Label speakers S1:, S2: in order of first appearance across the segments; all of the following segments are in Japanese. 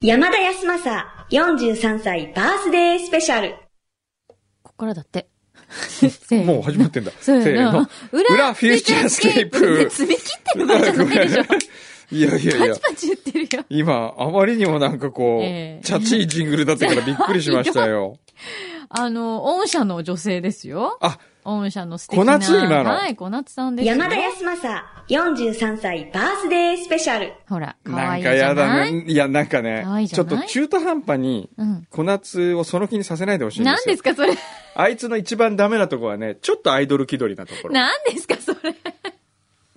S1: 山田康政、43歳バースデースペシャル。
S2: ここからだ って。せーの
S3: もう始まってんだ。
S2: そう
S3: せ
S2: やな
S3: ーの。
S2: 裏、
S3: 裏フューチャースケープ
S2: 爪切ってる場合じゃないでしょ。パ
S3: いやいやいや
S2: チ。パチ言ってるよ。
S3: 今、あまりにもなんかこう、
S2: ええ
S3: チャチいジングルだったからびっくりしましたよ。
S2: あの、御社の女性ですよ。
S3: あ、
S2: 御社の素敵な。
S3: 小夏今の
S2: はい、小夏さんですよ。
S1: 山田康政、43歳バースデースペシャル。
S2: ほら、かわ
S3: ないん
S2: い
S3: か
S2: じゃ
S3: やだ
S2: ない
S3: ね。いや、なんかね
S2: 可愛いじ
S3: ち
S2: ゃ
S3: ょっ
S2: ない
S3: と中途半端に、
S2: うん。
S3: 小夏をその気にさせないでほしいんですよ。
S2: 何ですか、それ。
S3: あいつの一番ダメなとこはね、ちょっとアイドル気取りなところ。
S2: 何ですか、それ。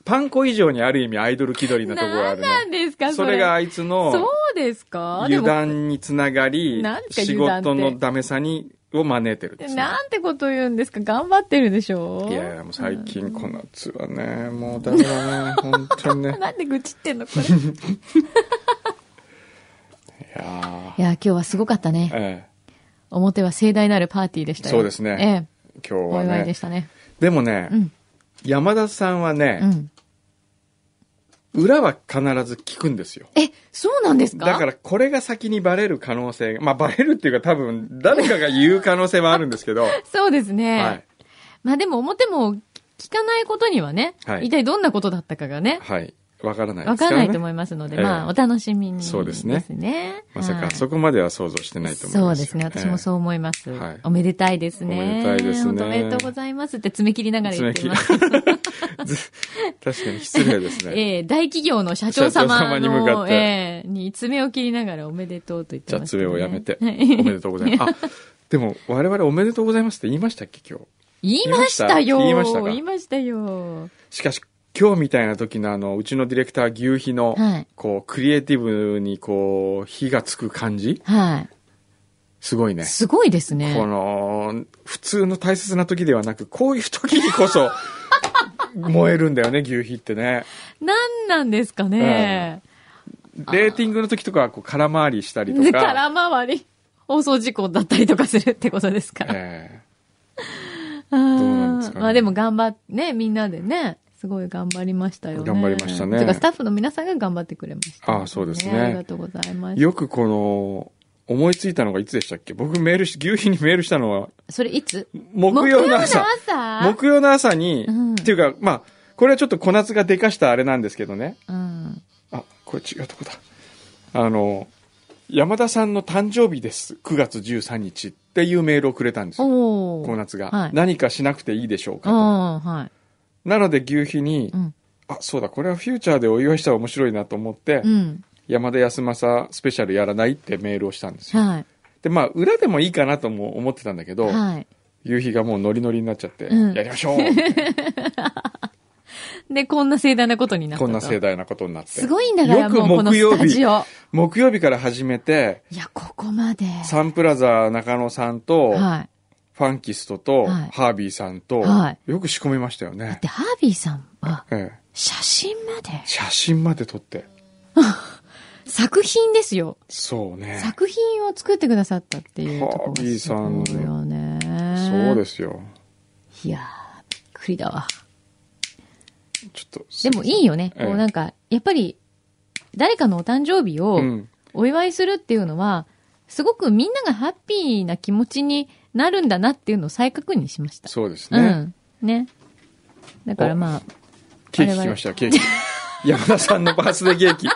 S3: パン粉以上にある意味アイドル気取りなところあ
S2: 何
S3: る
S2: なん
S3: ね。
S2: ですか、
S3: そ
S2: それ。
S3: れがあいつ
S2: そ
S3: の
S2: うですかで
S3: 油
S2: も
S3: 断につながり
S2: なん、ですか
S3: 仕
S2: 油断って
S3: 事のダメさに、を招いてるんですね
S2: なんてこと言うんですか頑張ってるでしょ
S3: いやいや、もう最近この夏はね、もうダメだね、本 当にね。
S2: なんで愚痴ってんのこれ。い
S3: いや
S2: や、今日はすごかったね
S3: ー。え
S2: 表は盛大なるパーティーでしたよ。
S3: そうですね
S2: ええ。
S3: え、今日
S2: お
S3: は
S2: 祝いで
S3: ね
S2: し。たね。
S3: でもね、
S2: うん
S3: 山田さんは
S2: う
S3: ね、
S2: ん。
S3: 裏は必ず聞くんですよ。
S2: え、そうなんですか
S3: だからこれが先にバレる可能性が、まあバレるっていうか多分誰かが言う可能性はあるんですけど、はい。
S2: そうです ね。
S3: はい。
S2: まあでも表も聞かないことにはね、
S3: はい
S2: 一体どんなことだったかがね、
S3: わからないで
S2: わ
S3: すか、
S2: からら
S3: ね。
S2: ないと思いますので、
S3: ええ
S2: まあお楽しみに。
S3: そうですね
S2: ですね。
S3: まさ
S2: は
S3: か
S2: い
S3: そこまでは想像してないと思い
S2: そう
S3: ます
S2: で
S3: よ。
S2: すね。私もそう思います。
S3: はい
S2: おめでたいですね。
S3: おめでたいですね
S2: 本当おめでとうございますって爪切りながら言って ます。
S3: ええ。ず確かに失礼ですね。
S2: ええ大企業の社長
S3: 社長
S2: 様の
S3: 様に向かって
S2: ええに爪を切りながらおめでとうと言って
S3: じゃあ、
S2: ました、ね。
S3: 爪をやめて。お
S2: はい
S3: めでとうございます。あ、でも、我々おめでとうございますって言いましたっけ、今日。
S2: 言いましたよ
S3: 言いましたか
S2: 言いましたよ。
S3: しかし、今日みたいな時のあの、うちのディレクター、牛皮の、
S2: はい
S3: こう、クリエイティブに、こう、火がつく感じ
S2: は
S3: すごい
S2: い。
S3: ね。
S2: すごいですね。
S3: この、普通の大切な時ではなく、こういう時にこそ、 燃えるんだよね、牛皮ってね。
S2: なんなんですかね。
S3: レーティングの時とかは、こう、空回りしたりと
S2: で
S3: か。
S2: 空回り、放送事故だったりとかするってことですから。
S3: え
S2: あ
S3: うなんですか
S2: ー
S3: ね
S2: まあでも頑張っ、ね、みんなでね、すごい頑張りましたよね。
S3: 頑張りましたね
S2: てかスタッフの皆さんが頑張ってくれました、
S3: あーそうですね
S2: ありがとうございま
S3: え
S2: す。
S3: よくこの、思いついたのがいつでしたっけ僕メールし、牛皮にメールしたのは、
S2: それいつ
S3: 木曜の朝。
S2: 木曜の朝
S3: 木曜の朝に、
S2: うん
S3: っていうか、まあ、これはちょっと小夏がでかしたあれなんですけどね。
S2: うん。
S3: あ、これ違うとこだ。あの、山田さんの誕生日です。9月13日っていうメールをくれたんですよ。
S2: おー。
S3: 小夏が、
S2: はい
S3: 何かしなくていいでしょう
S2: う
S3: かと。
S2: ん、はい。
S3: なので牛皮に、
S2: うん。
S3: あ、そうだ、これはフューチャーでお祝いしたら面白いなと思って、
S2: うん。
S3: 山田康政スペシャルやらないってメールをしたんですよ。
S2: はい。
S3: で、まあ、裏でもいいかなとも思ってたんだけど、
S2: はい。
S3: 夕日がもうノリノリになっちゃって、
S2: うん
S3: やりましょ う
S2: で、こんな盛大なことになった。
S3: ことんな盛大なことになって。
S2: すごいんだから、
S3: よく
S2: もうこの
S3: 木曜
S2: ス
S3: 日
S2: タジオ。
S3: 木曜日から始めて、
S2: いや、ここまで。
S3: サンプラザ中野さんと、
S2: はい。
S3: ファンキストと、
S2: はい
S3: ハービーさんと、
S2: は
S3: よく仕込みましたよね。
S2: で、ハービーさんは、
S3: ええ
S2: 写真まで。
S3: 写真まで撮って。
S2: 作品ですよ。
S3: そうね。
S2: 作品を作ってくださったっていうところ
S3: ハー
S2: が
S3: ビーさん
S2: すごいよね。。
S3: そうですすよ。
S2: いやー、びっくりだわ。
S3: ちょっと。
S2: でもいいよね。
S3: ええ
S2: こうなんか、やっぱり、誰かのお誕生日を
S3: うん
S2: お祝いするっていうのは、すごくみんながハッピーな気持ちになるんだなっていうのを再確認しました。
S3: そうです
S2: う
S3: ね。
S2: ん。ね。だからまあ、
S3: ケーキ来ましたよ、ケーキ。山田さんのバースデーケーキ。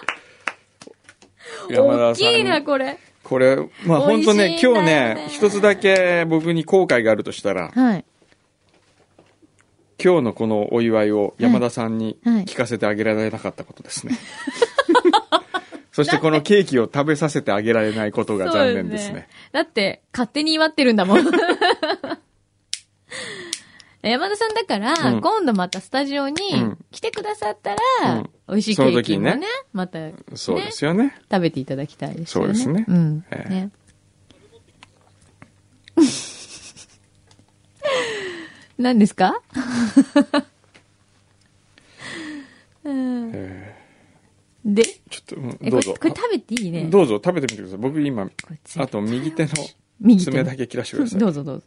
S3: 山
S2: 大
S3: 田
S2: き
S3: さん
S2: いな、これ。
S3: これ、まあ
S2: 美味し
S3: 本
S2: い
S3: 当
S2: んだよね
S3: ね、今日ね、一つだけ僕に後悔があるとしたら、
S2: はい。
S3: 今日のこのお祝いを山田さんに
S2: はいはい
S3: 聞かせてあげられなかったことですね。 そしてこのケーキを食べさせてあげられないことが残念です
S2: そう
S3: ね。
S2: だって、勝手に祝ってるんだ もん。山田さんだから、
S3: うん
S2: 今度またスタジオに
S3: うん
S2: 来てくださったら、
S3: うん
S2: 美味しいケーキもね
S3: その時にね
S2: また、ね、
S3: そうで
S2: 食
S3: すよね。
S2: べていただきたいですよね。
S3: そうですね
S2: うん。
S3: ええ
S2: ね。 何ですかうん
S3: え
S2: で、
S3: ーちょっとうん、
S2: えこ
S3: どう
S2: れ
S3: ぞ
S2: こ。れ食べていいね。
S3: どうぞ食べてみてください。僕今、
S2: これつい
S3: あと右手の
S2: 右手の
S3: 爪だけ切らしてください。
S2: どうぞどうぞ。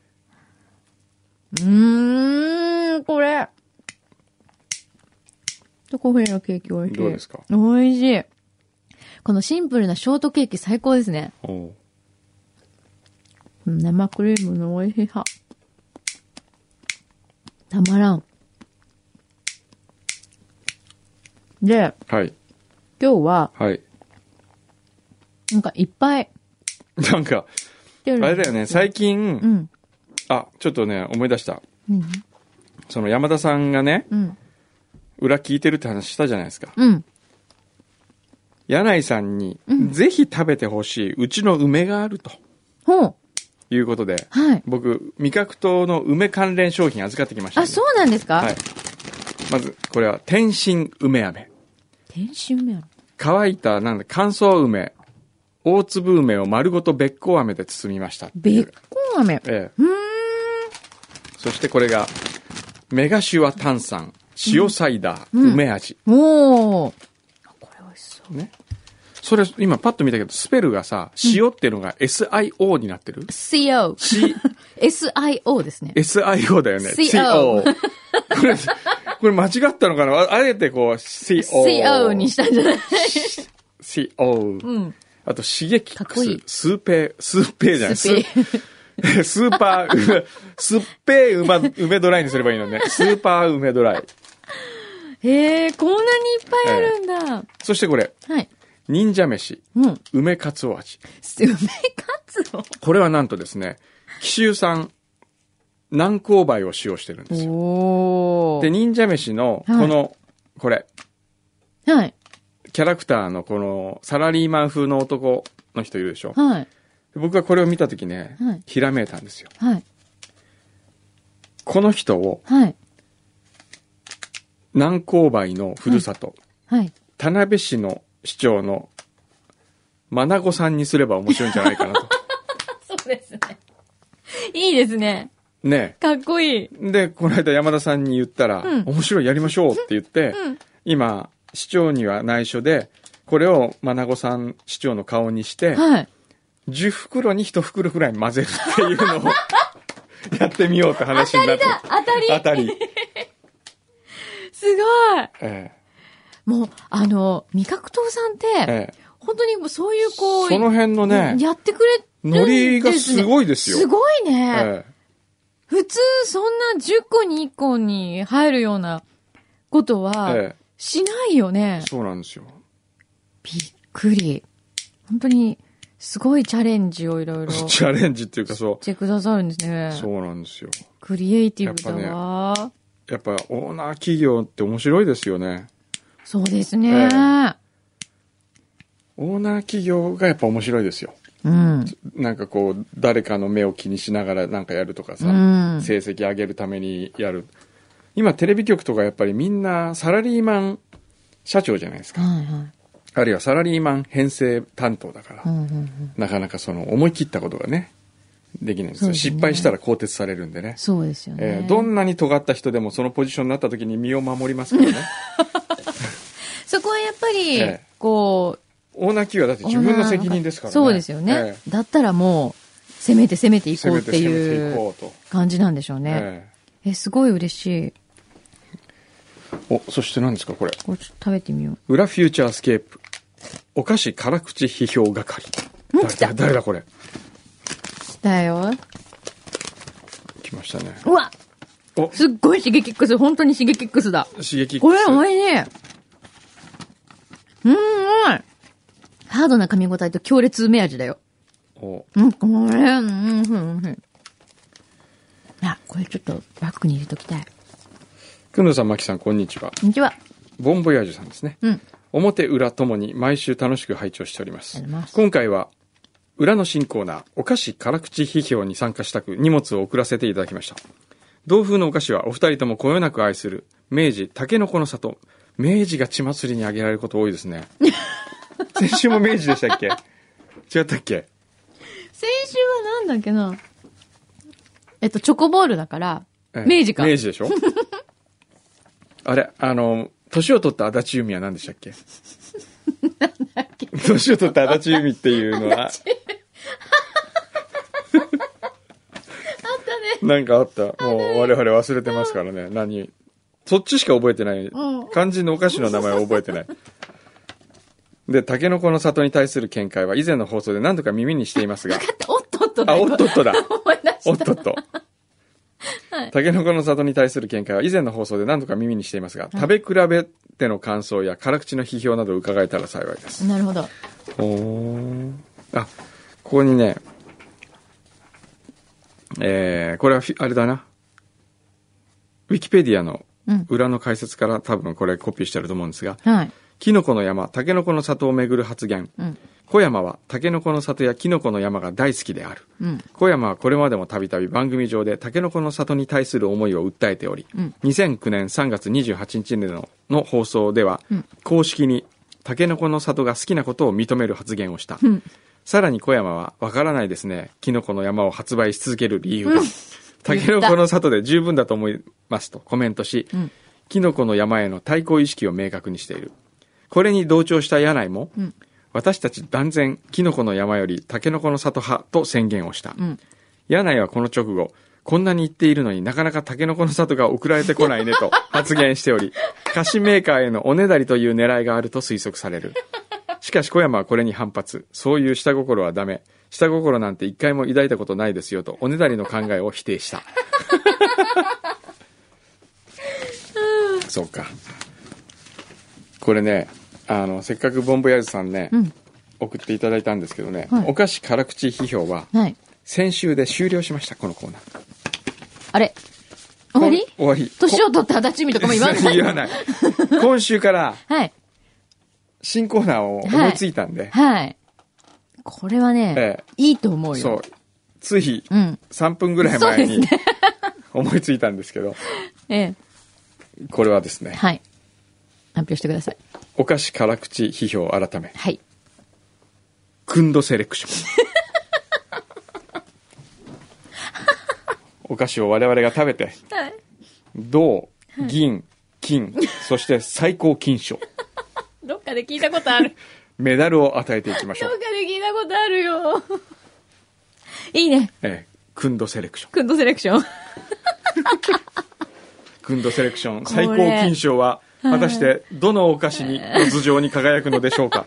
S2: うーん、これ。チョコフレのケーキ美味しい。
S3: どうですか
S2: 美味しい。このシンプルなショートケーキ最高ですね。
S3: おう
S2: うん生クリームの美味しさ。たまらん。で、
S3: はい。
S2: 今日は、
S3: はい。
S2: なんかいっぱい
S3: なんか、
S2: 出
S3: あ
S2: るん
S3: れ
S2: で
S3: だ
S2: す
S3: よね、最近、
S2: うん。
S3: あ、ちょっとね、思い出した。
S2: うん。
S3: その山田さんがね、
S2: うん。
S3: 裏聞いてるって話したじゃないですか。
S2: うん。
S3: 柳井さんに、
S2: うん
S3: ぜひ食べてほしい、うちの梅があると
S2: ほう。
S3: いうことで、
S2: はい。
S3: 僕、味覚糖の梅関連商品預かってきましたん
S2: あ、
S3: で、
S2: そうなんですか
S3: はい。まず、これは、天津梅飴。
S2: 天津梅ある。
S3: 乾いた、なんだ、乾燥梅。大粒梅を丸ごとべっこう飴で包みましたってい
S2: べっ
S3: う。
S2: こ飴。
S3: ええ。そしてこれが、メガシュワ炭酸、塩サイダー、
S2: うん
S3: 梅味。
S2: おー。あこれ美味しそう。
S3: ね。それ、今パッと見たけど、スペルがさ、塩っていうのが SIO になってる、
S2: CO。
S3: ?C、
S2: SIO ですね。
S3: SIO だよね。
S2: CO
S3: これ、これ間違ったのかなああえてこう、CO。
S2: CO にしたんじゃない
S3: CO。
S2: うん。
S3: あと、刺激
S2: かっこいい
S3: スーペー、スーペーじゃない
S2: スピ
S3: ススーパー、 すっぺー梅梅ドライにすればいいのね。スーパー梅ドライ。
S2: へえ、こんなにいっぱいあるんだ。
S3: そしてこれ、
S2: はい。
S3: 忍者飯、
S2: うん。
S3: 梅かつお味。
S2: す梅かつ
S3: これはなんとですね、紀州産、南高梅を使用してるんですよ。
S2: おお
S3: で、。忍者飯の、こ
S2: はい
S3: の、これ、
S2: はい。
S3: キャラクターのこの、サラリーマン風の男の人いるでしょ。
S2: はい。
S3: 僕はこれを見たときね、
S2: はい
S3: ひらめいたんですよ。
S2: はい。
S3: この人を、
S2: はい。
S3: 南高梅のふるさと、
S2: はい。
S3: 田辺市の市長の、まなごさんにすれば面白いんじゃないか なと。
S2: そうですね。いいですね。
S3: ね
S2: かっこいい。
S3: えで、この間山田さんに言ったら、
S2: うん
S3: 面白いやりましょうって言って、
S2: うん。
S3: 今、市長には内緒で、これをまなごさん市長の顔にして、
S2: はい。
S3: 10袋に1袋くらい混ぜるっていうのをやってみようって話になって。
S2: 当たり
S3: 当たり。
S2: すごい
S3: え
S2: もう、あの、味覚糖さんっ
S3: ええ
S2: て、
S3: え
S2: 本当にもうそういうこう、
S3: その辺のね、
S2: やってくれるんですね
S3: ノリがすごいですよ
S2: すごいね。
S3: ええ
S2: 普通、そんな10個に1個に入るようなことは
S3: え、
S2: しないよね。
S3: そうなんですよ。
S2: びっくり。本当に、すごいチャレンジをいろい ろし
S3: チャレンジっていうかそ
S2: てくださるんですね
S3: う、。そうなんですよ。
S2: クリエイティブだわ。
S3: やっぱオーナー企業って面白いですよね。
S2: そうですね。
S3: オーナー企業がやっぱ面白いですよ。
S2: うん。
S3: なんかこう、誰かの目を気にしながらなんかやるとかさ、
S2: うん
S3: 成績上げるためにやる。今テレビ局とかやっぱりみんなサラリーマン社長じゃないですか。
S2: はいはい。
S3: あるいはサラリーマン編成担当だから、
S2: うんうんうん
S3: なかなかその思い切ったことがね、できないんですよ。
S2: そうですね
S3: 失敗したら更迭されるんでね。
S2: そうですよね
S3: えー。どんなに尖った人でもそのポジションになった時に身を守りますからね。
S2: そこはやっぱり
S3: ええ、
S2: こう、
S3: オーナー企業はだって自分の責任ですからね。
S2: そうですよね。
S3: え
S2: だったらもう、攻めて攻めて
S3: え
S2: いこ
S3: 攻
S2: うっ
S3: めて
S2: て
S3: 攻め
S2: い
S3: ていうこうと。
S2: 感じなんでしょうね。
S3: え
S2: え、すごい嬉しい。
S3: えお、そして何ですかこれ。
S2: これちょっと食べてみよう。
S3: 裏フューチャースケープ。お菓子辛口批評係。
S2: もう来た
S3: 誰だ誰だこれ。
S2: だよ。
S3: 来ましたね。
S2: うわ
S3: お、
S2: すっごい刺激ックス。本当に刺激ックスだ。
S3: 刺激。
S2: これ美味しい。うん、まい。ハードな噛み応えと強烈梅味だよ。
S3: お
S2: うん、これ、うん、うん、うん。あ、これちょっとバッグに入れときたい。
S3: くんどうさん、まきさん、こんにちは。
S2: こんにちは。
S3: ボンボヤージュさんですね。
S2: うん。
S3: 表裏ともに毎週楽しく拝聴しております
S2: ありがとうございます
S3: 今回は裏の新コーナーお菓子辛口批評に参加したく荷物を送らせていただきました同風のお菓子はお二人ともこよなく愛する明治たけのこの里明治が血祭りにあげられること多いで すね。先週も明治でしたっけ違ったっけ
S2: 先週はなんだっけな。えっと、チョコボールだから、
S3: ええ
S2: 明治か。
S3: 明治でしょ あれ、あの、年を取った足立由美は何でしたっけ年を取った足立由美っていう のは、
S2: あったね。
S3: なんかあった。もう我々忘れてますからね。何そっちしか覚えてない
S2: うん。
S3: 肝心のお菓子の名前を覚えてない。で、タケノコの里に対する見解は以前の放送で何度か耳にしていますが、
S2: おっとっとだ
S3: あ、
S2: よ
S3: おっとっとだ。
S2: 思い出した。
S3: おっとっと。タケノコの里に対する見解は以前の放送で何度か耳にしていますが、食べ比べての感想や辛口の批評などを伺えたら幸いです。
S2: なるほど。
S3: あ、ここにね、えーこれはフィ、あれだな。ウィキペディアの
S2: うん。
S3: 裏の解説から多分これコピーしてあると思うんですが、
S2: はい。
S3: キノコの山、タケノコの里をめぐる発言。
S2: うん。
S3: 小山はタケノコの里やキノコの山が大好きである。
S2: うん。
S3: 小山はこれまでもたびたび番組上でタケノコの里に対する思いを訴えており、
S2: うん
S3: 2009年3月28日のの放送では、
S2: うん
S3: 公式にタケノコの里が好きなことを認める発言をした、
S2: うん。
S3: さらに小山は「わからないですねキノコの山を発売し続ける理由が、タケノコの里で十分だと思います」とコメントし、
S2: うん
S3: キノコの山への対抗意識を明確にしているこれに同調した柳井も、
S2: うん
S3: 私たち断然キノコの山よりタケノコの里派と宣言をした、
S2: うん。
S3: 柳井はこの直後、こんなに言っているのになかなかタケノコの里が送られてこないね と発言しており、菓子メーカーへのおねだりという狙いがあると推測される。しかし小山はこれに反発。そういう下心はダメ。下心なんて一回も抱いたことないですよと、おねだりの考えを否定 した。そうか。これね、あの、せっかくボンボヤーズさんね、
S2: うん。
S3: 送っていただいたんですけどね、
S2: はい
S3: お菓子辛口批評は、
S2: はい。
S3: 先週で終了しました、このコーナー。
S2: あれ終わり
S3: こん終わり。
S2: 年を取った足立みとかも言わない。
S3: 言わない。今週から
S2: はい。
S3: 新コーナーを思いついたんで、
S2: はい。これはね、
S3: え
S2: いいと思うよ。
S3: そう、つい
S2: うん。
S3: 3分ぐらい前
S2: そう
S3: に
S2: です
S3: 思いついたんですけど、
S2: え
S3: これはです
S2: え。
S3: ね、
S2: はい。発表してください。
S3: お菓子辛口批評改め、
S2: はい。
S3: くんどセレクシ ョン。お菓子を我々が食べて、
S2: はい。
S3: 銅、銀、金、そして最高金賞、
S2: どっかで聞いたこと ある。
S3: メダルを与えていきまし
S2: ど
S3: ょ
S2: っ
S3: う
S2: か。 で聞いたことあるよ。いいね。
S3: ええ、くんどセレクション。
S2: くんどセレクション。
S3: くんどセレクション
S2: こ
S3: 最
S2: れ
S3: 高金賞は果たしてどのお菓子にの頭上に輝くのでしょうか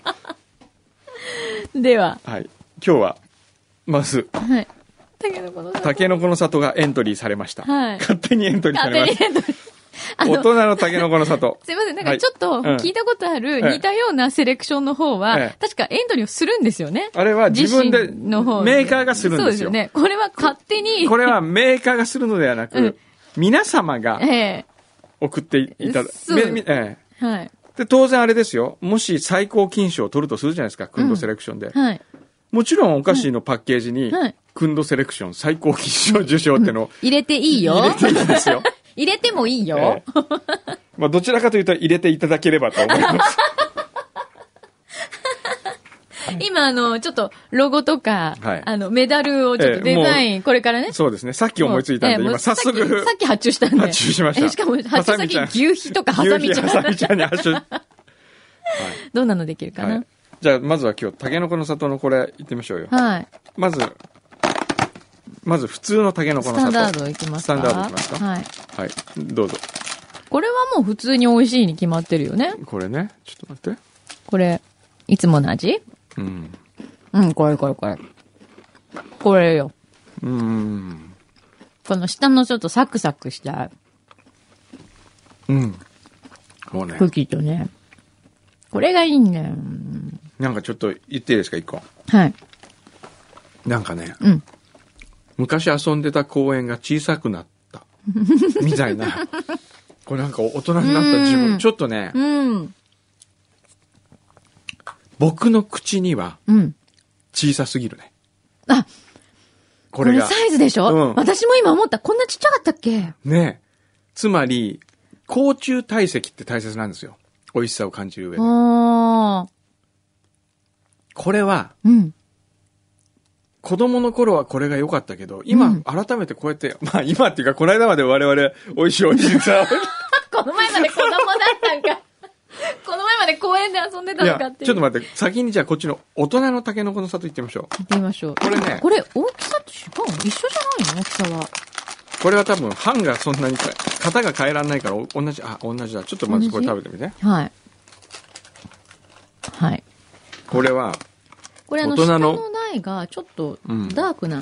S2: では。
S3: はい今日はまず
S2: はい。だけどこの、
S3: タケノコの里がエントリーされました、
S2: はい
S3: 勝手にエントリーさ
S2: 勝
S3: れ
S2: 手
S3: ま
S2: に
S3: した
S2: エントリーあ
S3: 大
S2: の、
S3: 人のタケノコの 里
S2: すいません。なん
S3: は
S2: か
S3: い
S2: ちょっと聞いたことある
S3: うん
S2: 似たようなセレクションの方は、
S3: ええ
S2: 確かエントリーをするんですよね。
S3: あれは自分で
S2: 自身の方
S3: メーカーがするんですよ
S2: そうですよね。これは勝手に、
S3: これはメーカーがするのではなく、
S2: うん
S3: 皆様が
S2: え
S3: 送っていただ
S2: そう
S3: めみええ
S2: えはい。
S3: で当然あれですよもし最高金賞を取るとするじゃないですかくんどセレクションで、
S2: はい。
S3: もちろんお菓子のパッケージに、
S2: はい
S3: くんどセレクション最高金賞受賞ってのを
S2: 入れていいよ。
S3: 入れていいんで すよ
S2: 入れてもいいよ
S3: え。え まあ、どちらかというと入れていただければと思 います。
S2: 今、あの、ちょっと、ロゴとか、
S3: はい
S2: あの、メダルをちょっとデザイン、これからね。
S3: そうですね。さっき思いついたん
S2: も
S3: で、
S2: う
S3: 今早
S2: さっき
S3: 速、
S2: さっき発注したんで。
S3: 発注しました
S2: えしかも、
S3: ハ
S2: 発
S3: サ
S2: 注
S3: ミちゃん
S2: 先、牛皮とかハサミちゃん。
S3: ハサミちゃんに 発注。
S2: どんなのできるか
S3: は。
S2: ない
S3: じゃあ、まずは今日、タケノコの里のこれ、行ってみましょうよ。
S2: はい。
S3: まず、まず普通のタケノコ
S2: スタ
S3: の里。
S2: ンダードいきますか
S3: スタンダードいきますか。
S2: はい。
S3: はい。どうぞ。
S2: これはもう普通に美味しいに決まってるよね。
S3: これね、ちょっと待って。
S2: これ、いつもの味
S3: うん。
S2: うん、これこれこれ。これよ。
S3: うーん。
S2: この下のちょっとサクサクした
S3: うん。もうね
S2: ク、ッキーとね。これがいいんだよ。
S3: なんかちょっと言っていいですか、一個。
S2: はい。
S3: なんかね、
S2: うん。
S3: 昔遊んでた公園が小さくなった。みたいな。これなんか大人になった
S2: う
S3: 自
S2: ん
S3: 分。ちょっとね、
S2: うん。
S3: 僕の口には
S2: うん。
S3: 小さすぎるね。
S2: あ、
S3: こ
S2: こ
S3: れ
S2: れ
S3: が。
S2: サイズでしょ、
S3: うん
S2: 私も今思った。こんなちっちゃかったっけ
S3: ね。つまり、甲虫体積って大切なんですよ。美味しさを感じる上で。
S2: ああ。
S3: これは、
S2: うん。
S3: 子供の頃はこれが良かったけど、今、
S2: うん
S3: 改めてこうやって、 まあ今っていうか、この間まで我々、美味しい美味し いさ。
S2: この前まで子供だったんか。この前まで公園で遊んで
S3: い
S2: たの
S3: や、
S2: かっていう。
S3: ちょっと
S2: 待
S3: 待って、先にじゃあこっちの大人のタケノコの里行ってみましょう。
S2: ってみましょう。
S3: これね
S2: これ、大きさって違うの一緒じゃないの大きさは。
S3: これは多分、版がそんなにか、型が変えられないから、お同じ、あ、同じだ。ちょっとまずこれ
S2: 同
S3: 食べてみて。
S2: はい。はい。
S3: これは、
S2: これあの、
S3: 大
S2: 下
S3: 人の
S2: の台がちょっと
S3: うん
S2: ダークな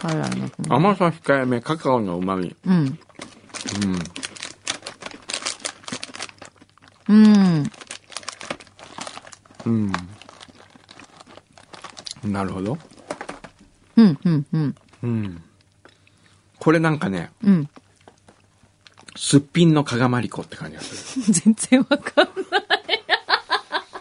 S2: カラーの。
S3: 甘さ控えめ、カカオの旨味。
S2: うん。
S3: うん。
S2: うん。
S3: うん。なるほど。
S2: うん、うん、うん。
S3: うん。これなんかね、
S2: うん。
S3: すっぴんの加賀まりこって感じがする。
S2: 全然わかんない。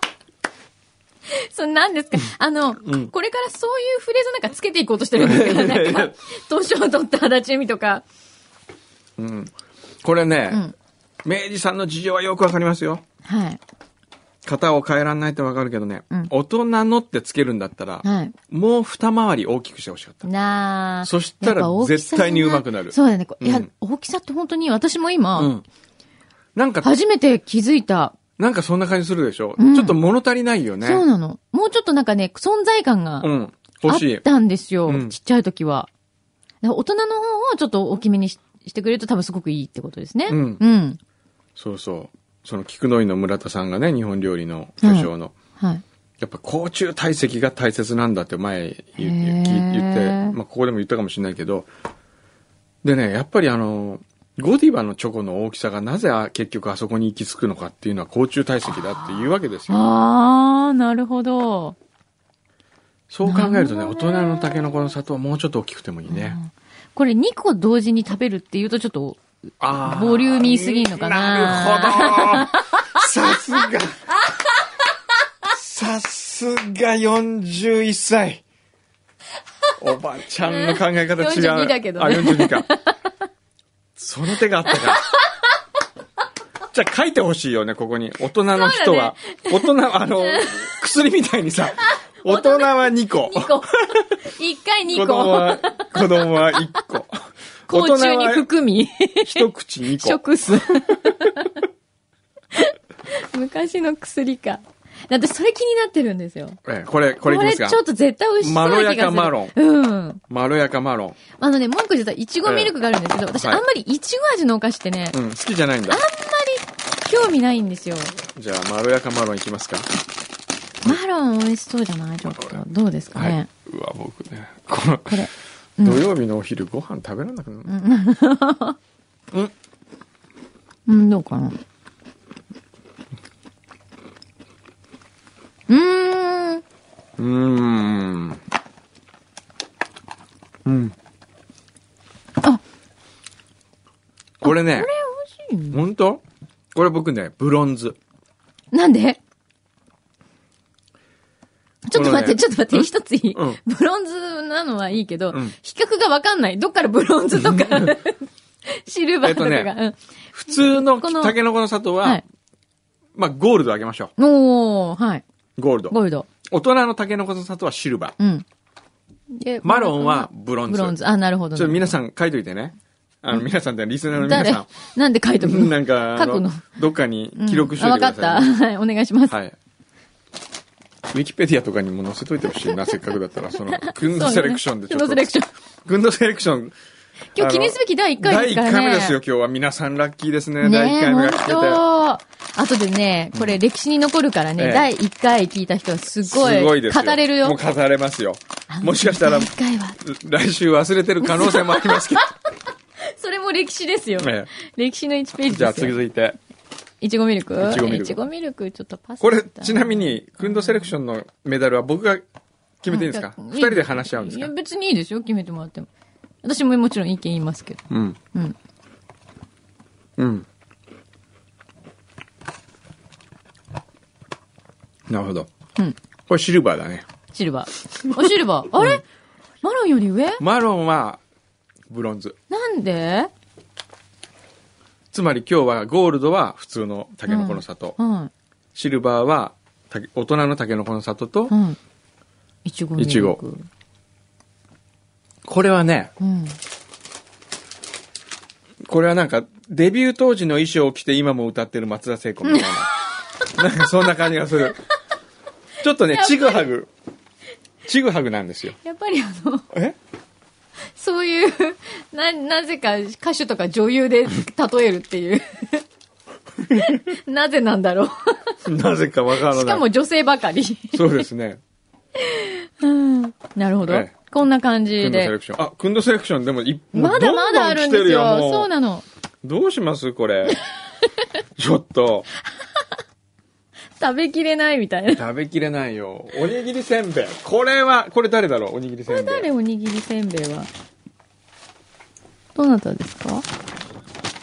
S2: それなんですかあの、
S3: ん
S2: これからそういうフレーズなんかつけていこうとしてるんですか
S3: いやいや
S2: ないん
S3: や
S2: か、年を取った足立由美とか。
S3: うん。これね、
S2: うん。
S3: 明治さんの事情はよくわかりますよ。
S2: はい。
S3: 型を変えらんないってわかるけどね、
S2: うん
S3: 大人のってつけるんだったら、
S2: はい。
S3: もう二回り大きくしてほしかった。
S2: なあ。
S3: そしたら
S2: やっぱ大きさ
S3: 絶対にうまくなる
S2: そうだね。こいや、
S3: うん
S2: 大きさって本当に私も今、
S3: うん。なんか、
S2: 初めて気づいた。
S3: なんかそんな感じするでしょ、
S2: うん
S3: ちょっと物足りないよね。
S2: そうなの。もうちょっとなんかね、存在感が
S3: う
S2: あ
S3: ん。欲しい
S2: っ。たんですよ。
S3: うん
S2: ちっちゃい時は。だから大人の方をちょっと大きめにししてくれると多分すごくいいってことですね。
S3: うん
S2: うん。
S3: そうそう。その、菊の井の村田さんがね、日本料理の巨匠の。
S2: はい。
S3: やっぱ、甲虫体積が大切なんだって前言
S2: へ
S3: 言
S2: ー
S3: 言って、まあ、ここでも言ったかもしれないけど、でね、やっぱりあの、ゴディバのチョコの大きさがなぜあ結局あそこに行き着くのかっていうのは甲虫体積だっていうわけですよ。
S2: あー、なるほど。
S3: そう考えるとね、
S2: なる
S3: 大
S2: ほ
S3: 人
S2: どね
S3: のタケノコの里はもうちょっと大きくてもいいね。
S2: これ2個同時に食べるっていうとちょっと、
S3: あー
S2: ボリューミーすぎんのかな
S3: なるほど。さすが。さすが41歳。おばちゃんの考え方違う。
S2: 42だけどね
S3: あ、42か。その手があったか。じゃあ書いてほしいよね、ここに。大人の人は。大人は、あの、薬みたいにさ、大人は2個。
S2: 2個。1回2
S3: 子供
S2: 個。
S3: は、子供は1個。
S2: 甲虫に
S3: 大人は
S2: 含み。
S3: 一口2個。
S2: 食す。 昔の薬か。だってそれ気になってるんですよ。
S3: ええこれ、これいきますか
S2: ちょっと絶対美味しそうな気がする。
S3: まろやかマロン
S2: うん。
S3: まろやかマロン。
S2: あのね、文句言ったらいちごミルクがあるんですけど、私
S3: はい
S2: あんまりいちご味のお菓子ってね、
S3: うん、好きじゃないんだ。
S2: 興味ないんですよ。
S3: じゃあ、まろやかマロンいきますか。
S2: マロン美味しそうじゃないちょっと。どうですか
S3: はい。
S2: ね。
S3: うわ、僕ね。この、
S2: これ。うん
S3: 土曜日のお昼ご飯食べられなくなる。
S2: うん、どうかな。うーん。
S3: うーん。うん。
S2: あ
S3: これね、
S2: 美味しい
S3: 本当これ僕ね、ブロンズ。
S2: なんでちょっと待って、
S3: このね
S2: ちょっと待って、一ついい、
S3: うん
S2: ブロンズなのはいいけど、
S3: うん
S2: 比較がわかんない。どっからブロンズとか、シルバーとかが。
S3: えっと普通の
S2: この
S3: タケノコの里
S2: うん
S3: は、
S2: はい。
S3: まあ、ゴールドあげましょ
S2: おー、はい。
S3: う。ゴールド。
S2: ゴールド。
S3: 大人のタケノコの里はシルバー。
S2: うん。で
S3: マロンはブロンズ。
S2: ブロンズ。あ、なるほど、
S3: ちょっと皆さん書いといてね。あの、皆さんってリスナーの皆
S2: 誰
S3: さん。
S2: なんで書いとくの
S3: なんか、あ
S2: 書くの。
S3: どっかに記録しと
S2: うん
S3: い
S2: あ
S3: て
S2: わか
S3: くだ
S2: っ
S3: さ
S2: た。
S3: いね、
S2: はい、お願いします。
S3: はい。ウィキペディアとかにも載せといて ほしいな、せっかくだったら。その、グンドセレクションでち
S2: ちょ
S3: ょっ
S2: っと。
S3: と。
S2: セレクション。
S3: グンドセレクション。
S2: 今日記念すべき第1回ですからね。
S3: 第1回目ですよ、今日は。皆さんラッキーですね。第1
S2: ねえ、
S3: 回目
S2: 本
S3: が聞けて。
S2: 当。後でね、これ歴史に残るからね、
S3: ええ
S2: 第1回聞いた人はす
S3: す
S2: ごい
S3: ごいですよ。
S2: 語れる
S3: もう
S2: よ。
S3: 語れますよ。もしかした
S2: 第、
S3: ら
S2: 1回は。
S3: 来週忘れてる可能性もありますけど。
S2: それも歴史ですよ。
S3: え
S2: 歴史の1ページで
S3: え
S2: すよ。
S3: じゃあ続いて。
S2: いちごミルク
S3: いちごミルク
S2: いちごミルク、ちょっとパス。
S3: これ、ちなみ、に、グンドセレクションのメダルは僕が決めていいんですか
S2: うん
S3: 二人で話し合うんです
S2: い
S3: か
S2: や、別にいいですよ、決めてもらっても。私ももちろん意見言いますけど。
S3: うん。
S2: うん。
S3: うん。なるほど。
S2: うん。
S3: これシルバーだね。
S2: シルバー。あ、シルバ ー。あれマロンより上
S3: マロンは、ブロンズ。
S2: なんで
S3: つまり今日はゴールドは普通のタケノコの里、
S2: は
S3: シルバーはた大人のタケノコの里と、
S2: い。はい。いちごミルク。
S3: いちごこれはね、
S2: うん。
S3: これはなんかデビュー当時の衣装を着て今も歌ってる松田聖子みたいな。 なんかそんな感じがする。ちょっとね、ちぐはぐ。ちぐはぐなんですよ。
S2: やっぱりあの、
S3: え
S2: そういう、 な、なぜか歌手とか女優で例えるっていう。 なぜなんだろう。
S3: なぜかわからない。
S2: しかも女性ばかり。
S3: そうですね。
S2: なるほど
S3: ええ。
S2: こんな感
S3: ク
S2: じ
S3: ンドセレ
S2: で。
S3: クション。あ、クンドセレクションでもいもう
S2: まだまだあるんです
S3: どど来て
S2: よ。
S3: もう
S2: そうなの。
S3: どうします これ。ちょっと、
S2: 食べきれないみたいな。
S3: 食べきれないよ。おにぎりせんべい。これは、これ誰だろうおにぎりせんべい。
S2: 誰おにぎりせんべいは。どなたですか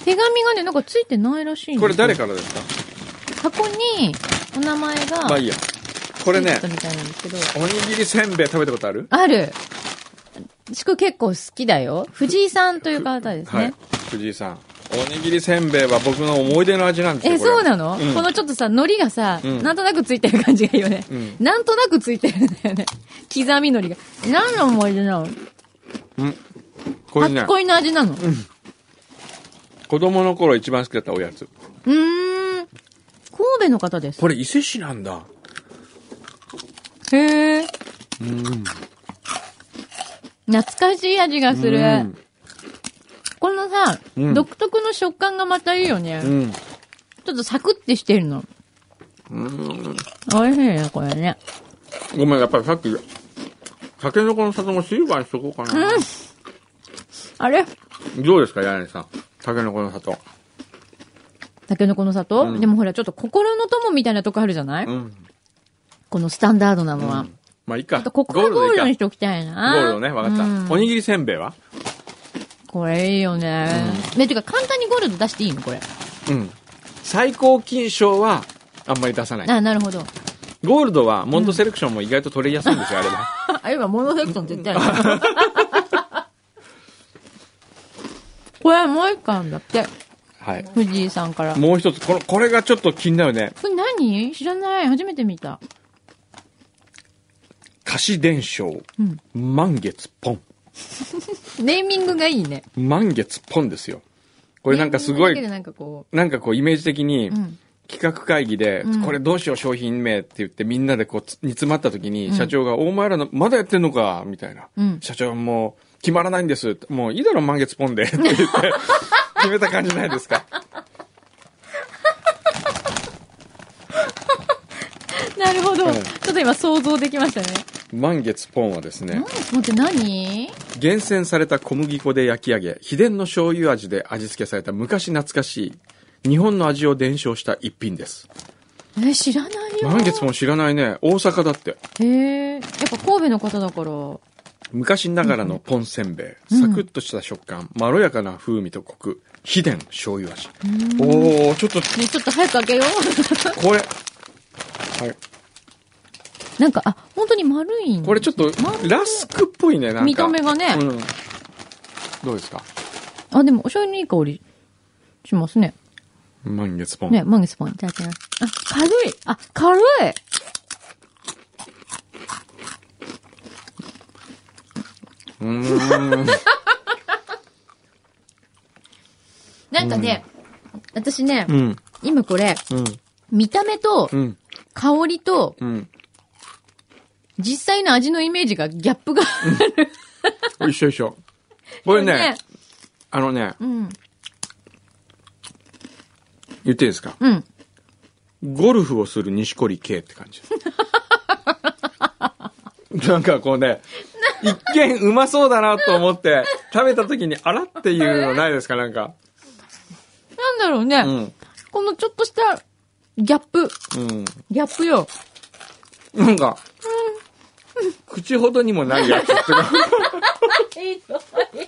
S2: 手紙がね、なんかついてないらしいんですよ
S3: これ誰からですか
S2: 箱にお名前が、
S3: まあいいや。これね
S2: ついて、たみたいなんですけど。
S3: おにぎりせんべい食べたことある
S2: ある。祝結構好きだよ。藤井さんという方ですね。
S3: はい。藤井さん。おにぎりせんべいは僕の思い出の味なんですよ。
S2: え、
S3: これ
S2: そうなの、
S3: ん
S2: このちょっとさ、海苔がさ、
S3: うん
S2: なんとなくついてる感じがいいよね。
S3: うん
S2: なんとなくついてるんだよね。刻み海苔が。何の思い出なの
S3: これね
S2: 初、恋の味なの。うーん。
S3: 子供の頃一番好きだったおやつ。
S2: 神戸の方です。
S3: これ伊勢市なんだ。
S2: へえ。懐かしい味がす
S3: う
S2: る
S3: ん。
S2: このさ、
S3: うん
S2: 独特の食感がまたいいよね。
S3: うん。
S2: ちょっとサクってしてるの。美味しいね、これね。
S3: ごめん、やっぱりさっき、タケノコの里もシルバーにしとこうかな。
S2: あれ
S3: どうですか、柳井さん。タケノコの里。
S2: タケノコの里、
S3: うん
S2: でもほら、ちょっと心の友みたいなとこあるじゃない、
S3: うん。
S2: このスタンダードなのは。ち
S3: まあいいか。
S2: ょっとここはゴールドにし
S3: か。
S2: ておきたい
S3: ゴ
S2: な。
S3: ールドね、わかった。
S2: うん
S3: おにぎりせんべいは
S2: これいいよね。ね、てか簡単にゴールド出していいのこれ。
S3: うん。最高金賞は、あんまり出さない。
S2: あ、なるほど。
S3: ゴールドは、モンドセレクションも意外と取れやすいんですよ、あれは。
S2: あ、今、モノセクションって言ったよね。 これ、もう一巻だって。
S3: はい。
S2: 藤井さんから。
S3: もう一つ、この、これがちょっと気になるね。
S2: これ何知らない。初めて見た。
S3: 歌詞伝承、
S2: うん
S3: 満月ポン。
S2: ネーミングがいいね。
S3: 満月ポンですよ。これなんかすご
S2: ネーミングだけで
S3: い、
S2: なんかこ
S3: なんかこうイメージ的に
S2: う。う、ん。
S3: 企画会議で、
S2: うん
S3: これどうしよう商品名って言ってみんなでこうつ、煮詰まった時に、社長が、お前らの、まだやってんのかみたいな。
S2: うん
S3: 社長もう、決まらないんです。もういいだろ、満月 ポンで。って言って、決めた感じないですか。
S2: なるほど。
S3: うん
S2: ちょっと今想像できましたね。
S3: 満月ポンはですね
S2: 何、これって何
S3: 厳選された小麦粉で焼き上げ、秘伝の醤油味で味付けされた昔懐かしい、日本の味を伝承した一品です。
S2: え、知らないよ。
S3: 満月ポン知らないね。大阪だって。
S2: へえ。やっぱ神戸の方だから。
S3: 昔ながらのポンせんべい、
S2: うん
S3: サクッとした食感、まろやかな風味とコク、秘伝醤油味。おー、ちょっと、
S2: ね、ちょっと早く開けよう。
S3: これ、はい、
S2: なんか、あ、本当に丸いんだ
S3: これちょっと
S2: まん、丸
S3: ラスクっぽいね、なんか。
S2: 見た目がね
S3: うん。どうですか
S2: あ、でも、お醤油のいい香りしますね。
S3: 満月ポン。
S2: ね、満月パンいただきます。あ、軽いあ、軽い
S3: うーん。
S2: なんかね、私ね、
S3: うん。
S2: 今これ、
S3: うん。
S2: 見た目と
S3: う、ん。
S2: 香りと、
S3: うん。
S2: 実際の味のイメージが、ギャップが。
S3: 一緒一緒。これね
S2: ね、
S3: あのね、
S2: うん。
S3: 言っていいですか
S2: うん。
S3: ゴルフをする錦織圭って感じ。 なんかこうね、一見うまそうだなと思って、食べた時にあらっていうのないですかなんか。
S2: なんだろうね、
S3: うん。
S2: このちょっとした、ギャップ。
S3: うん。
S2: ギャップよ。
S3: なんか、口ほどにもないやつってか。
S2: いい香り。口ほどに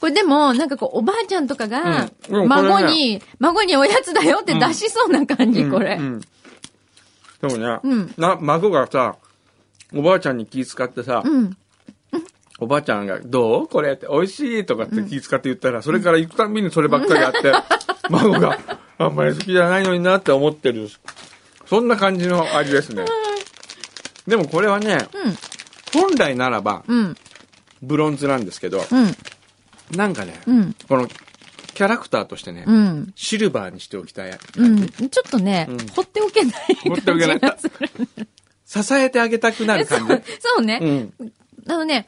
S2: これでも、なんかこう、おばあちゃんとか
S3: うん
S2: が、
S3: でもこれね
S2: 孫に、孫におやつだよって出しそうな感じ、これ。
S3: うんうんでもね、
S2: うん
S3: な、孫がさ、おばあちゃんに気遣ってさ、
S2: うん。
S3: おばちゃんが、どうこれって、美味しいとかって気遣って言ったら、それから行くたんびにそればっかりあって、 孫が、あんまり好きじゃないのになって思ってる。そんな感じの味ですね。でもこれはね、本来ならば、
S2: うん、
S3: ブロンズなんですけど、
S2: うん、
S3: なんかね、
S2: うん、
S3: この、キャラクターとしてね、
S2: うん。
S3: シルバーにしておきたい。
S2: うん、ちょっとね、
S3: うん
S2: 放っておけない
S3: 放ってお
S2: 感
S3: けない
S2: じがする。
S3: 支えてあげたくな る感じ。
S2: そうね、
S3: うん。
S2: あのね、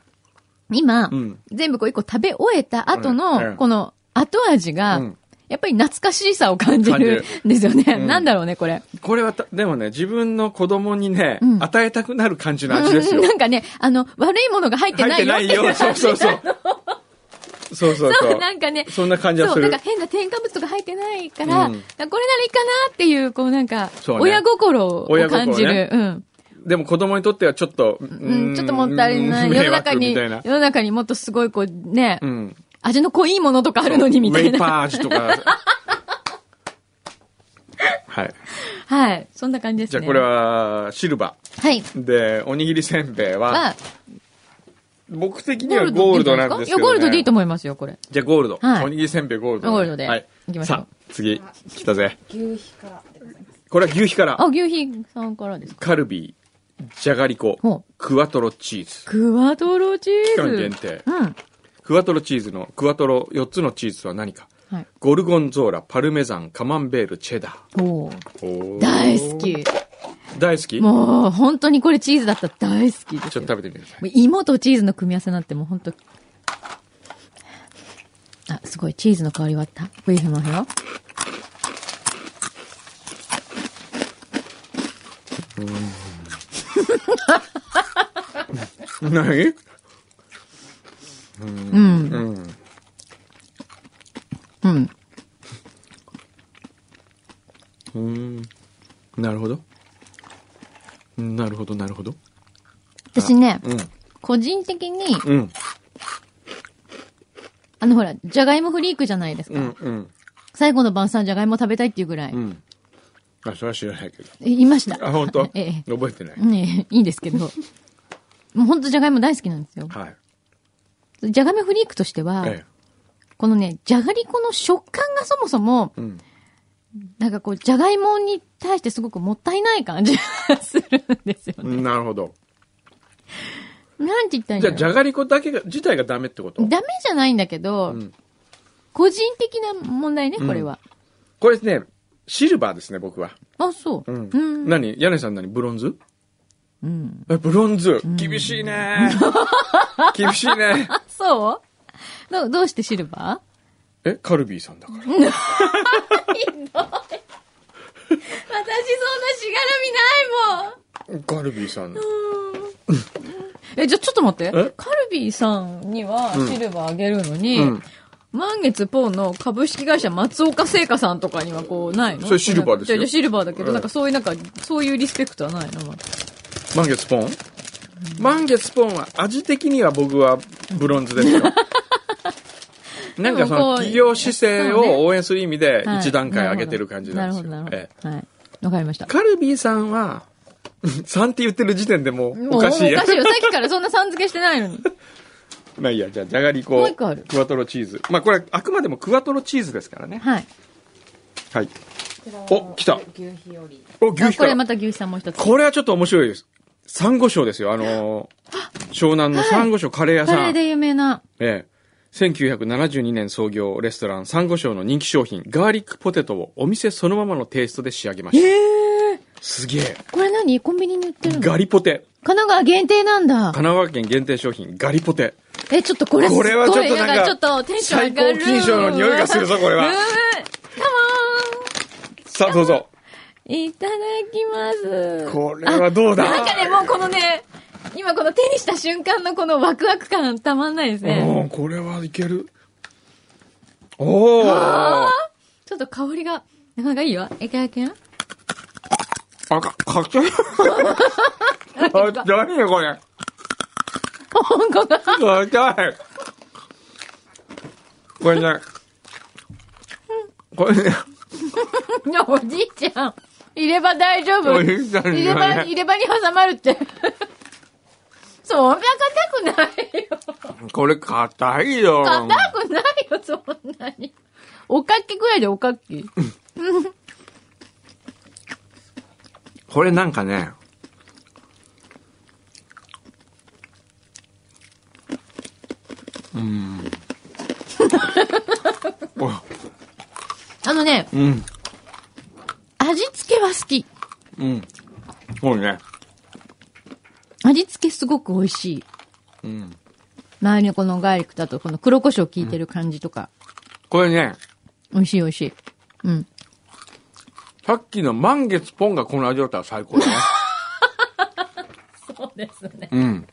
S2: 今、
S3: うん
S2: 全部こう一個食べ終えた後
S3: うんう
S2: の、
S3: ん
S2: この後味が、
S3: うん
S2: やっぱり懐かしさを感じるんですよね。
S3: うん
S2: なんだろうね、これ。
S3: これはた、でもね、自分の子供にね、
S2: うん
S3: 与えたくなる感じの味です
S2: う
S3: よ
S2: ん。 なんかね、あの、悪いものが入って
S3: 入っ
S2: な
S3: て
S2: いよ
S3: な
S2: って
S3: い
S2: いう
S3: よ。そうそうそう。そうそう
S2: そ
S3: そう
S2: う、。なんかね、
S3: そんな感じは
S2: そ
S3: す
S2: う、な
S3: る
S2: んか。変な添加物とか入ってないから、
S3: うん
S2: だからこれならいいかなっていう、こうなんか、
S3: そうね
S2: 親心を
S3: 親心ね
S2: 感じる。うん。
S3: でも子供にとってはちょっと、う
S2: うん、ちょっともったいない。世
S3: 迷
S2: の中
S3: 惑
S2: に、
S3: みた
S2: 世
S3: いな。
S2: の中にもっとすごいこうね、
S3: うん。
S2: 味の濃いものとかあるのにみたい
S3: ウェイパ
S2: な。
S3: ー味とか。はい。
S2: はい。そんな感じですね。
S3: じゃあこれ。は、シルバ
S2: はい。
S3: ー。で、おにぎりせんべいは、
S2: は、
S3: 僕的にはゴールドなんですけど、ね。
S2: いや、ゴールドでいいと思いますよ、これ。
S3: じゃあゴールド。
S2: はい
S3: おにぎりせんべいゴールド。
S2: ゴールドで
S3: はい。
S2: 行きましょう
S3: さあ、次、来たぜ。
S4: 牛皮からでございます。
S3: これは牛皮から
S2: あ、。牛皮さんからですか。
S3: カルビー、じゃがりこ
S2: ほ、
S3: クワトロチーズ。
S2: クワトロチ
S3: 期
S2: ー
S3: 間
S2: ズ。
S3: 限定。
S2: うん。
S3: クワトロチーズの、クワトロ4つのチーズとは何か。
S2: はい。
S3: ゴルゴンゾーラ、パルメザン、カマンベール、チェダ
S2: おー
S3: ー。
S2: 大好。き。
S3: 大好きちょっ
S2: もう、本当にこれチーズだったら大好きですよ。
S3: と食べてみてください。
S2: もう芋とチーズの組み合わせなんてもう本当あ、すごい。チーズの香りはたっぷりしますよ。
S3: 何
S2: うん。
S3: うん。
S2: うん。
S3: うん。なるほど。なるほど、なるほど。
S2: 私ね、
S3: う
S2: 個人的に、
S3: ん。うん。
S2: あのほら、じゃがいもフリークじゃないですか。
S3: うん。うん。
S2: 最後の晩餐じゃがいも食べたいっていうぐらい。
S3: うん。あ、それは知らないけど。
S2: え言いました。
S3: あ、本当
S2: ええ。
S3: 覚えてない。
S2: ねえ、いいんですけど。もうほんとじゃがいも大好きなんですよ。
S3: はい。
S2: じゃがいもフリークとしては、
S3: え
S2: このね、じゃがりこの食感がそもそも、
S3: え。うん。
S2: なんかこう、じゃがいもに対してすごくもったいない感じがするんですよね。
S3: なるほど。
S2: なんて言ったらいいんだ
S3: じゃあ、
S2: ろう
S3: じゃがりこだけが、自体がダメってこと
S2: ダメじゃないんだけど、
S3: ん
S2: 個人的な問題ね、これは。
S3: これね、シルバーですね、僕は。
S2: あ、そう。
S3: うん
S2: うん。
S3: 何柳井さん何ブロンズ
S2: うん
S3: え、ブロンズ厳し いね厳しいね
S2: あ、そうどどうしてシルバ
S3: え、カルビーさんだから。
S2: ーひどい。私そんなしがらみないもん。
S3: カルビーさん。
S2: え、じゃ、ちょっと待って
S3: え。
S2: カルビーさんにはシルバーあげるのに、
S3: うん
S2: 満月ポーの株式会社松岡製菓さんとかにはこう、ないの
S3: それシルバーですよ
S2: じゃ、じゃシルバーだけど、
S3: うん
S2: なんかそういう、なんか、そういうリスペクトはないのまだ
S3: 満月ポン満月ポンは味的には僕はブロンズで すよ。なんか
S2: でもこう
S3: その企業姿勢
S2: そうね
S3: を応援する意味で
S2: はい
S3: 一段階上げてる感じなんですよ。
S2: なるほど、なる
S3: ええ
S2: ほど。はい。わかりました。
S3: カルビーさんは、3って言ってる時点でもうおかしい
S2: もうお
S3: や
S2: か。しいよ。さっきからそんなさん付けしてない のに。
S3: まあいいや、じゃあ、じゃがり
S2: も
S3: こ
S2: う一個ある、
S3: クワトロチーズ。まあこれはあくまでもクワトロチーズですからね。
S2: はい。
S3: はい。
S4: こちらは
S3: お来た
S4: 牛皮より。
S3: お、牛
S2: あ
S3: 皮
S2: こ
S3: か
S2: れ
S3: ら
S2: また牛皮さんもう一つ。
S3: これはちょっと面白いです。サンゴ礁ですよ。あのー、湘南のサンゴ礁カレー屋
S2: カ
S3: さ
S2: レー
S3: ん。
S2: で有名な。
S3: ええ。1972年創業レストランサンゴ礁の人気商品、ガーリックポテトをお店そのままのテイストで仕上げました。
S2: ええ
S3: すげえ。
S2: これ何コンビニに売ってるの神
S3: ガリポテ。
S2: 奈川限定なんだ。
S3: 神奈川県限定商品、ガリポテ。
S2: え、ちょっとこれすっ
S3: こ
S2: ごい、
S3: れはちょっとなんか
S2: ちょっとテンション上がる。
S3: 最高金賞の匂いがするぞこれは
S2: うーんカ
S3: さあ、どうぞ。
S2: モンいただきます。
S3: これはどうだ
S2: なんかね、もうこのね、今この手にした瞬間のこのワクワク感たまんないですね。
S3: おーこれはいける。おー
S2: あちょっと香りが、なかなかいいよ。えけあけん
S3: あ、か、かけあ、何これ。
S2: 本当だ。
S3: かけこれね。これね。
S2: ねおじいちゃん。入れ歯大丈夫
S3: おじいちゃん
S2: 入れ
S3: には
S2: 歯、
S3: ね
S2: 入れ歯に挟まるって。そそんな硬くないよ。
S3: これ硬いよ。
S2: 硬くないよ、そんなに。おかきぐらいでおかき。
S3: これなんかね、 うーん。
S2: あのね、
S3: おうん、
S2: 味付けは好き。
S3: うん。そうね。
S2: 味付けすごく美味しい。
S3: うん。
S2: 周りのこのガーリックだと、この黒胡椒効いてる感じとか。
S3: これね、
S2: 美味しい美味しい。うん。
S3: さっきの満月ポンがこの味だったら最高だね。
S2: そうですね。
S3: うん。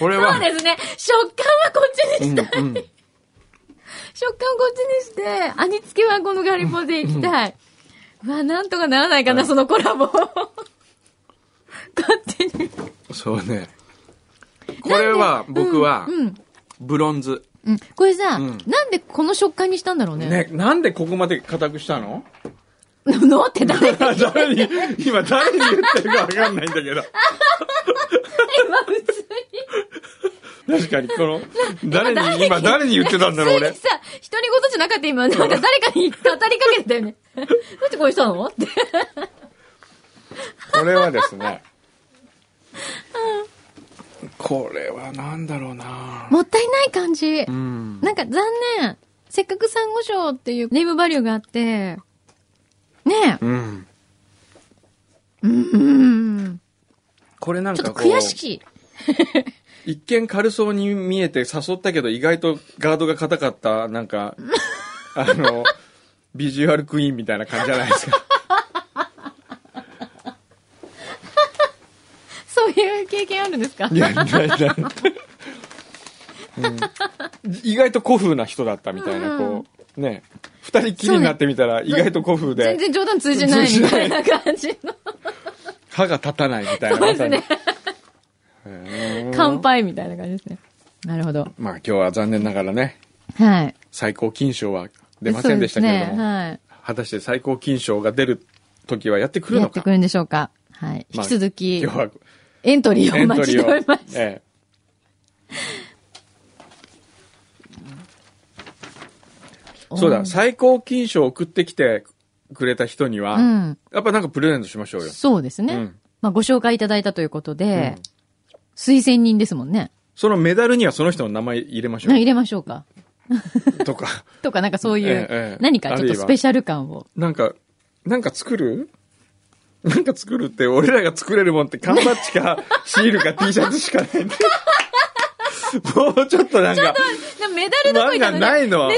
S3: これは、
S2: そうですね。食感はこっちにして、
S3: うん、うん。
S2: 食感こっちにして、味付けはこのガリポでいきたい。うわ、なんとかならないかな、そのコ ラボ。勝手に。
S3: そうね。これは、僕は、
S2: うん。
S3: ブロンズ。
S2: うん。これさ、
S3: うん
S2: なんでこの食感にしたんだろうね。
S3: ね、なんでここまで固くしたの
S2: のって誰が
S3: 誰に、今誰に言ってるかわかんないんだけど。
S2: 今普通に。
S3: 確かに、この、誰に、今誰に言ってたんだろ う、
S2: 普通
S3: 俺
S2: に。さ、独り言じゃなかった今、なんか誰かに語りかけてたよ ね。なんでこれしたのって。
S3: これはですね。これはなんだろうな
S2: もったいない感じ
S3: う。ん。
S2: なんか残念。せっかくサンゴ礁っていうネームバリューがあって、ねえ。
S3: うん。
S2: うん。
S3: これなん
S2: ちょ
S3: か
S2: っと
S3: こう、
S2: 悔しい。
S3: 一見軽そうに見えて誘ったけど意外とガードが硬かった、なん か、あの、ビジュアルクイーンみたいな感じじゃないですか。
S2: そういう経験あるんですか
S3: いや、いやいやうん 意外と古風な人だったみたいな、こう、ね、二人きりになってみたら意外と古風
S2: 全
S3: で、
S2: 然冗談通じないみたいな感じの。
S3: 歯が立たないみたいな。
S2: そうですね
S3: まさにへー
S2: 乾杯みたいな感じですね。なるほど。
S3: まあ今日は残念ながらね、
S2: はい。
S3: 最高金賞は出ませんでしたけれど
S2: そう
S3: も、
S2: すねはい。
S3: 果たして最高金賞が出る時はやってくる
S2: や
S3: の
S2: って
S3: か
S2: く。るんでしょうか。はい。引
S3: まあ
S2: き続き
S3: 今、日は
S2: エントリーを
S3: エ
S2: お
S3: ント
S2: 待ちし
S3: リ
S2: てお
S3: ー
S2: りま
S3: を
S2: す。。
S3: ええそうだ、最高金賞を送ってきてくれた人には、
S2: うん。
S3: やっぱなんかプレゼントしましょうよ。
S2: そうですね。
S3: うん
S2: まあ、ご紹介いただいたということで、
S3: うん
S2: 推薦人ですもんね。
S3: そのメダルにはその人の名前入れましょ
S2: な入れましょうか。
S3: う。とか、
S2: とか、なんかそうい
S3: えええ
S2: う
S3: え、
S2: 何かちょっ
S3: ある
S2: と
S3: いは
S2: スペシャル感を。
S3: なんか、なんか作るなんか作るって、俺らが作れるもんって缶バッジか、シール か T シャツしかないんで。もうちょっとなんか、
S2: でもメダルどこ行ったの
S3: なんかない
S2: メダル
S3: の
S2: はどこ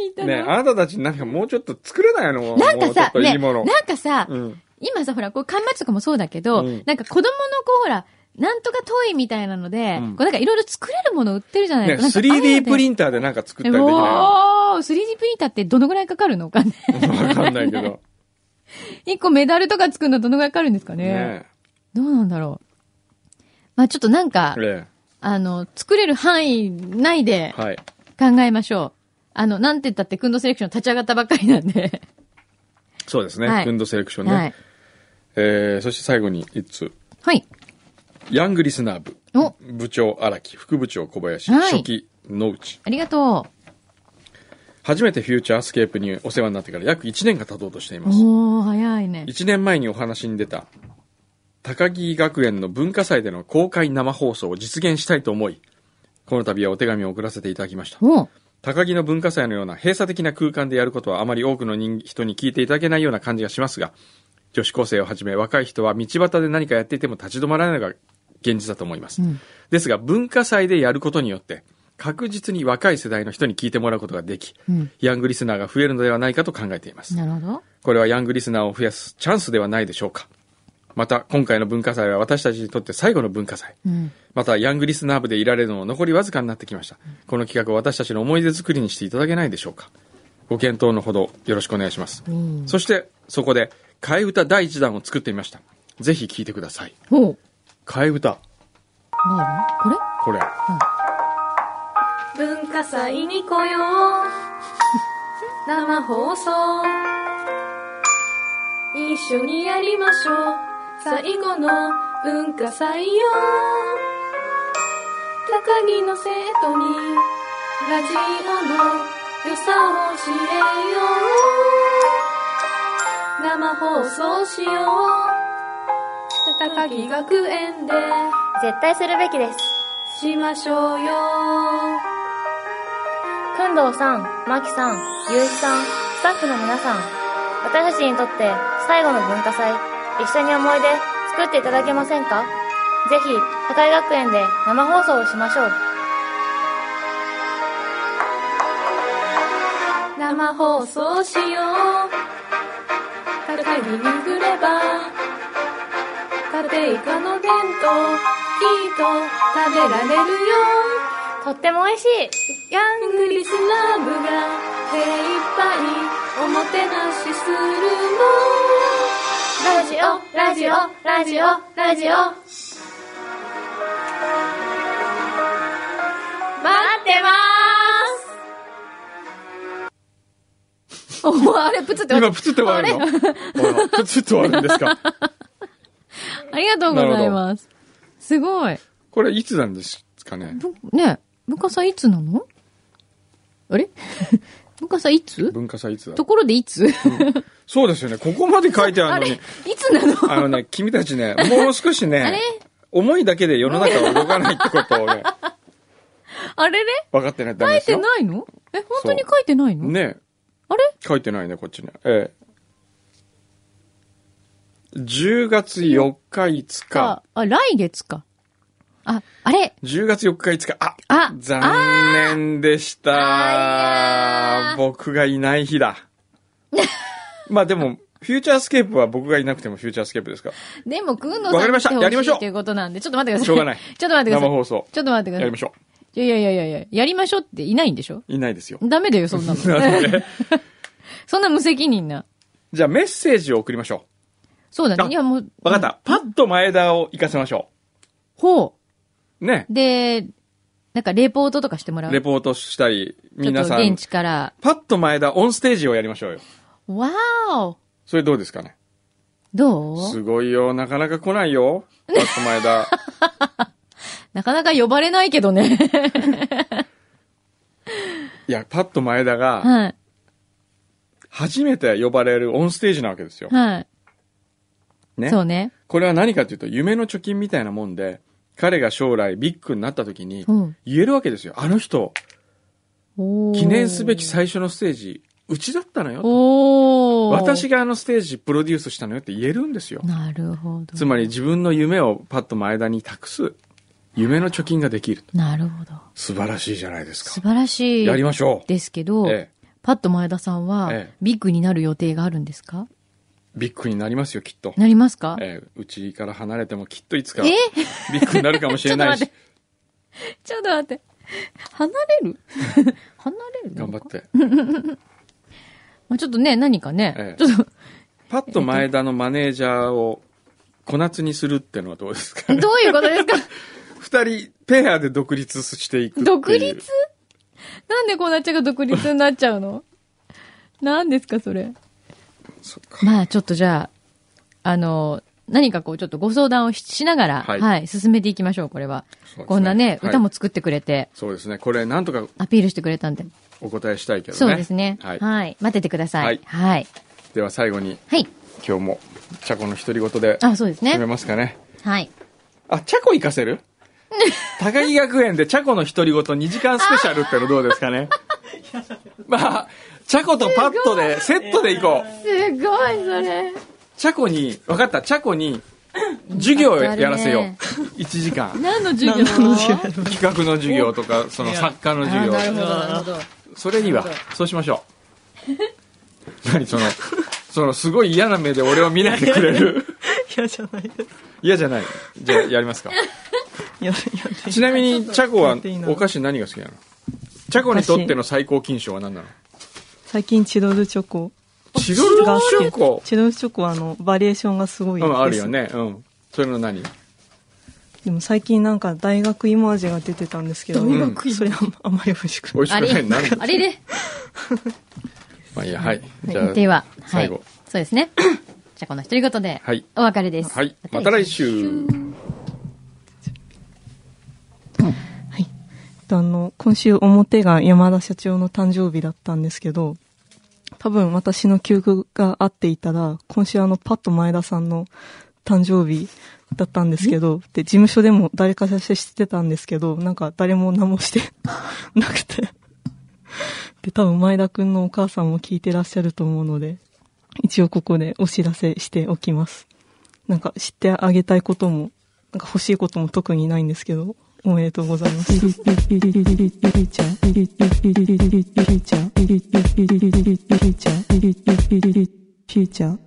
S2: に行ったの、
S3: ね、あなたたちなんかもうちょっと作れないの
S2: なんか
S3: もうちょっ
S2: さ、
S3: とい
S2: ね、
S3: いも
S2: な
S3: の。
S2: んかさ、
S3: うん
S2: 今さ、ほら、こう、缶バッジとかもそうだけど、
S3: うん
S2: なんか子供のこう、ほら、なんとかトイみたいなので、
S3: う
S2: こ
S3: ん
S2: うなんかいろいろ作れるもの売ってるじゃない
S3: ね、
S2: ですか。なんか
S3: 3D プリンターでなんか作ったりできない
S2: おー
S3: の
S2: 3D プリンターってどのぐらいかかるのか ね。
S3: わか んないけど。
S2: 一個メダルとか作るのどのぐらいかかるんですかね。
S3: ね
S2: どうなんだろう。まあちょっとなんか
S3: え。、え
S2: あの、作れる範囲内
S3: え
S2: で
S3: はい。
S2: 考えましょう。あの、なんて言ったって、くんどセレクション立ち上がったばっかりなんで。
S3: そうです
S2: は
S3: ね。
S2: い
S3: 運動セレクション
S2: は
S3: ね
S2: い。。
S3: えーそして最後に、一通。
S2: はい。
S3: ヤングリスナー部、
S2: お、
S3: 部長荒木、副部長小林、
S2: はい
S3: 初期野内。
S2: ありがと。
S3: 初めてフューチャースケープにお世話になってから約1年が経とうとしていうます。
S2: おー、早いね。
S3: 1年前にお話に出た、高木学園の文化祭での公開生放送を実現したいと思い、この度はお手紙を送らせていただきました。
S2: お
S3: 高木の文化祭のような閉鎖的な空間でやることはあまり多くの人人に聞いていただけないような感じがしますが、女子高生をはじめ若い人は道端で何かやっていても立ち止まらないのが現実だと思います。
S2: うん
S3: ですが、文化祭でやることによって、確実に若い世代の人に聞いてもらうことができ、
S2: うん。
S3: ヤングリスナーが増えるのではないかと考えています。
S2: なるほど。
S3: これはヤングリスナーを増やすチャンスではないでしょうか。また、今回の文化祭は私たちにとって最後の文化祭。
S2: うん。
S3: また、ヤングリスナー部でいられるのも残りわずかになってきました。この企画を私たちの思い出作りにしていただけないでしょうか。ご検討のほどよろしくお願いします。
S2: ん
S3: そして、そこで、替え歌第1弾を作ってみました。ぜひ聴いてください。
S2: おう。
S3: 替え歌。
S2: なるこれ
S3: これ。
S5: 文化祭に来よう生放送一緒にやりましょう最後の文化採用高木の生徒にラジオの良さを教えよう生放送しよう高木学園で
S6: 絶対するべきです。
S5: しましょうよ
S6: くんどうさん、まきさん、ゆうひさん、スタッフの皆さん、私たちにとって最後の文化祭、一緒に思い出作っていただけませんかぜひ、高井学園で生放送をしましょう。
S5: 生放送しよう高木に来れば家庭科の弁当きっと食べられるよ
S6: とっても美味しい
S5: ヤングリスナー部が手いっぱいおもてなしするのラジオラジオラジオラジオ待ってます
S2: おあれ、プツって
S3: 今、プツって終わるのおいプツって終わるんですか
S2: ありがとうございます。すごい。
S3: これ、いつなんですかね
S2: ぶねえ、文化祭いつなのあれ 文化祭いつ
S3: 文化祭いつだ
S2: ところでいつ
S3: そうですよね。ここまで書いて あ
S2: あ
S3: る
S2: れ
S3: の
S2: い
S3: に。
S2: つなの
S3: あのね、君たちね、もう少し
S2: あ
S3: ね
S2: れ、
S3: 思いだけで世の中は動かないってことをね、
S2: あれれ
S3: 分かってないとダ
S2: 書い
S3: メです
S2: て
S3: よ。
S2: ないのえ、本当に書いてないの、
S3: ね
S2: あれ
S3: 書いてないね、こっちね。ええ。10月4日5
S2: あ
S3: 日。、
S2: あ来月か。あ、あれ
S3: 10月4日5日。あ
S2: あ
S3: 残念でし
S2: あー。
S3: た僕がいない 日だ。まあでも、フューチャースケープは僕がいなくてもフューチャースケープですか
S2: でも、くんの
S3: わか
S2: さ
S3: り
S2: ん
S3: ました
S2: 来てほ
S3: やりましょう
S2: っていうことなんで、ちょっと待ってください。
S3: しょうがな い
S2: ちょっと待ってくだ
S3: 生
S2: さい。
S3: 放送。
S2: ちょっと待ってくだ
S3: や
S2: さい。
S3: りましょ
S2: いやいやいやいや、やりましょうっていないんでしょ
S3: う。いないですよ。
S2: ダメだよ、そんなの。そんな無責任な。
S3: じゃあメッセージを送りましょ
S2: そうだ
S3: あ
S2: ね。いや、もう。
S3: う。わかった。パッと前田を行かせましょ
S2: ほ
S3: う。ね
S2: う。。で、なんか、レポートとかしてもらう。
S3: レポートしたり、皆さ
S2: ちょっと
S3: ん
S2: 現、地から。
S3: パッと前田オンステージをやりましょうよ。
S2: わーお
S3: それどうですかね
S2: どう
S3: すごいよ。なかなか来ないよ。パッと前 田。
S2: なかなか呼ばれないけど ね。
S3: いや、パッと前田が、
S2: はい。
S3: 初めて呼ばれるオンステージなわけですよ。
S2: はい。
S3: ね。
S2: そうね。
S3: これは何かというと、夢の貯金みたいなもんで、彼が将来ビッグになった時に
S2: う、ん。
S3: 言えるわけですよ。あの人、
S2: おー
S3: 記念すべき最初のステージ、うちだったのよ。
S2: おー
S3: 私があのステージプロデュースしたのよって言えるんですよ。
S2: なるほど。
S3: つまり自分の夢をパッと前田に託す、夢の貯金ができる。
S2: なるほど。
S3: 素晴らしいじゃないです
S2: 素
S3: か。
S2: 晴らしい
S3: やりましょ
S2: ですけ
S3: う。
S2: ど、
S3: ええ。
S2: パッと前田さんは
S3: ええ、
S2: ビッグになる予定があるんですか
S3: ビッグになりますよ、きっと。
S2: なりますか
S3: ええ、うちから離れてもきっといつか
S2: え
S3: ビッグになるかもしれな い
S2: ちょっ
S3: し
S2: と待、ちょっと待って。 離れ る離れるの
S3: 頑
S2: か
S3: 張って。
S2: まあちょっとね、何か
S3: え
S2: ね。
S3: え
S2: ちょっと、
S3: パッと前田のマネージャーを小夏にするってのはどうで す
S2: ど
S3: か
S2: ういうことですか
S3: 二人ペアで独立していくっていう。
S2: 独立なんでこうなっちゃうが独立になっちゃう の何ですか、それ。
S3: そっか
S2: まあ、ちょっとじゃあ、あの、何かこう、ちょっとご相談をししながら、
S3: は
S2: はいい、進めていきましょう、これは。
S3: そうですね
S2: こんなね、
S3: はい
S2: 歌も作ってくれて、
S3: そうですね。これなんとか
S2: アピールしてくれたんで。
S3: お答えしたいけどね。
S2: そうですね、
S3: は
S2: はいい。。待っててください。
S3: は
S2: はいい。はい。
S3: では最後に今日もチャコの独り言で
S2: あ、そうです
S3: 決め
S2: ね。
S3: ますかね。
S2: はい。
S3: あ、チャコ行か せる高木学園でチャコの独り言2時間スペシャルってのどうです かねまあ、チャコとパッとでセットで行こう。
S2: すごい、それ。
S3: チャコに、わかった、チャコに授業をやらせよう。
S2: イン
S3: 1時間。
S2: 何の授業
S3: 企画の授業とか、その作家の
S2: あ
S3: 授業。
S2: なるほど、なるほど。
S3: それには、そうしましょう。何その、そのすごい嫌な目で俺を見ないでくれ る。
S7: 嫌じゃないです。
S3: 嫌じゃない。じゃあや りますか。
S7: 嫌だ嫌だ
S3: ちなみに、チャコは
S7: やっていいな
S3: お菓子何が好きなのチャコにとっての最高金賞は何なの
S7: 最近チロルチョコ
S3: チロル
S7: が好き
S3: チョコ。
S7: チロルチョコはあのバリエーションがすごいで
S3: う
S7: す、
S3: ん、あるよね。うん。それの何
S7: でも最近なんか大学芋味が出てたんですけど
S3: 大学
S7: それあんまあんまり美味しく
S3: 美
S7: ない
S3: 味
S2: あ
S3: しくな
S2: れ
S3: い。なんで
S2: あれれ
S3: まあいいや、はい。じゃあ、
S2: では、は
S3: 最
S2: い。
S3: 後
S2: そうですね。じゃあ、この独り言で
S3: はい、
S2: お別れです。
S3: はい。また来週。
S7: とあの、今週表が山田社長の誕生日だったんですけど、多分私の記憶が合っていたら、今週あの、パッと前田さんの誕生日だったんですけど、で、事務所でも誰かしらしてたんですけど、なんか誰も何もして なくて。で、多分前田くんのお母さんも聞いてらっしゃると思うので、一応ここでお知らせしておきます。なんか知ってあげたいことも、なんか欲しいことも特にないんですけど、おめでとうございます。
S8: future, future, future, future, future, future, future,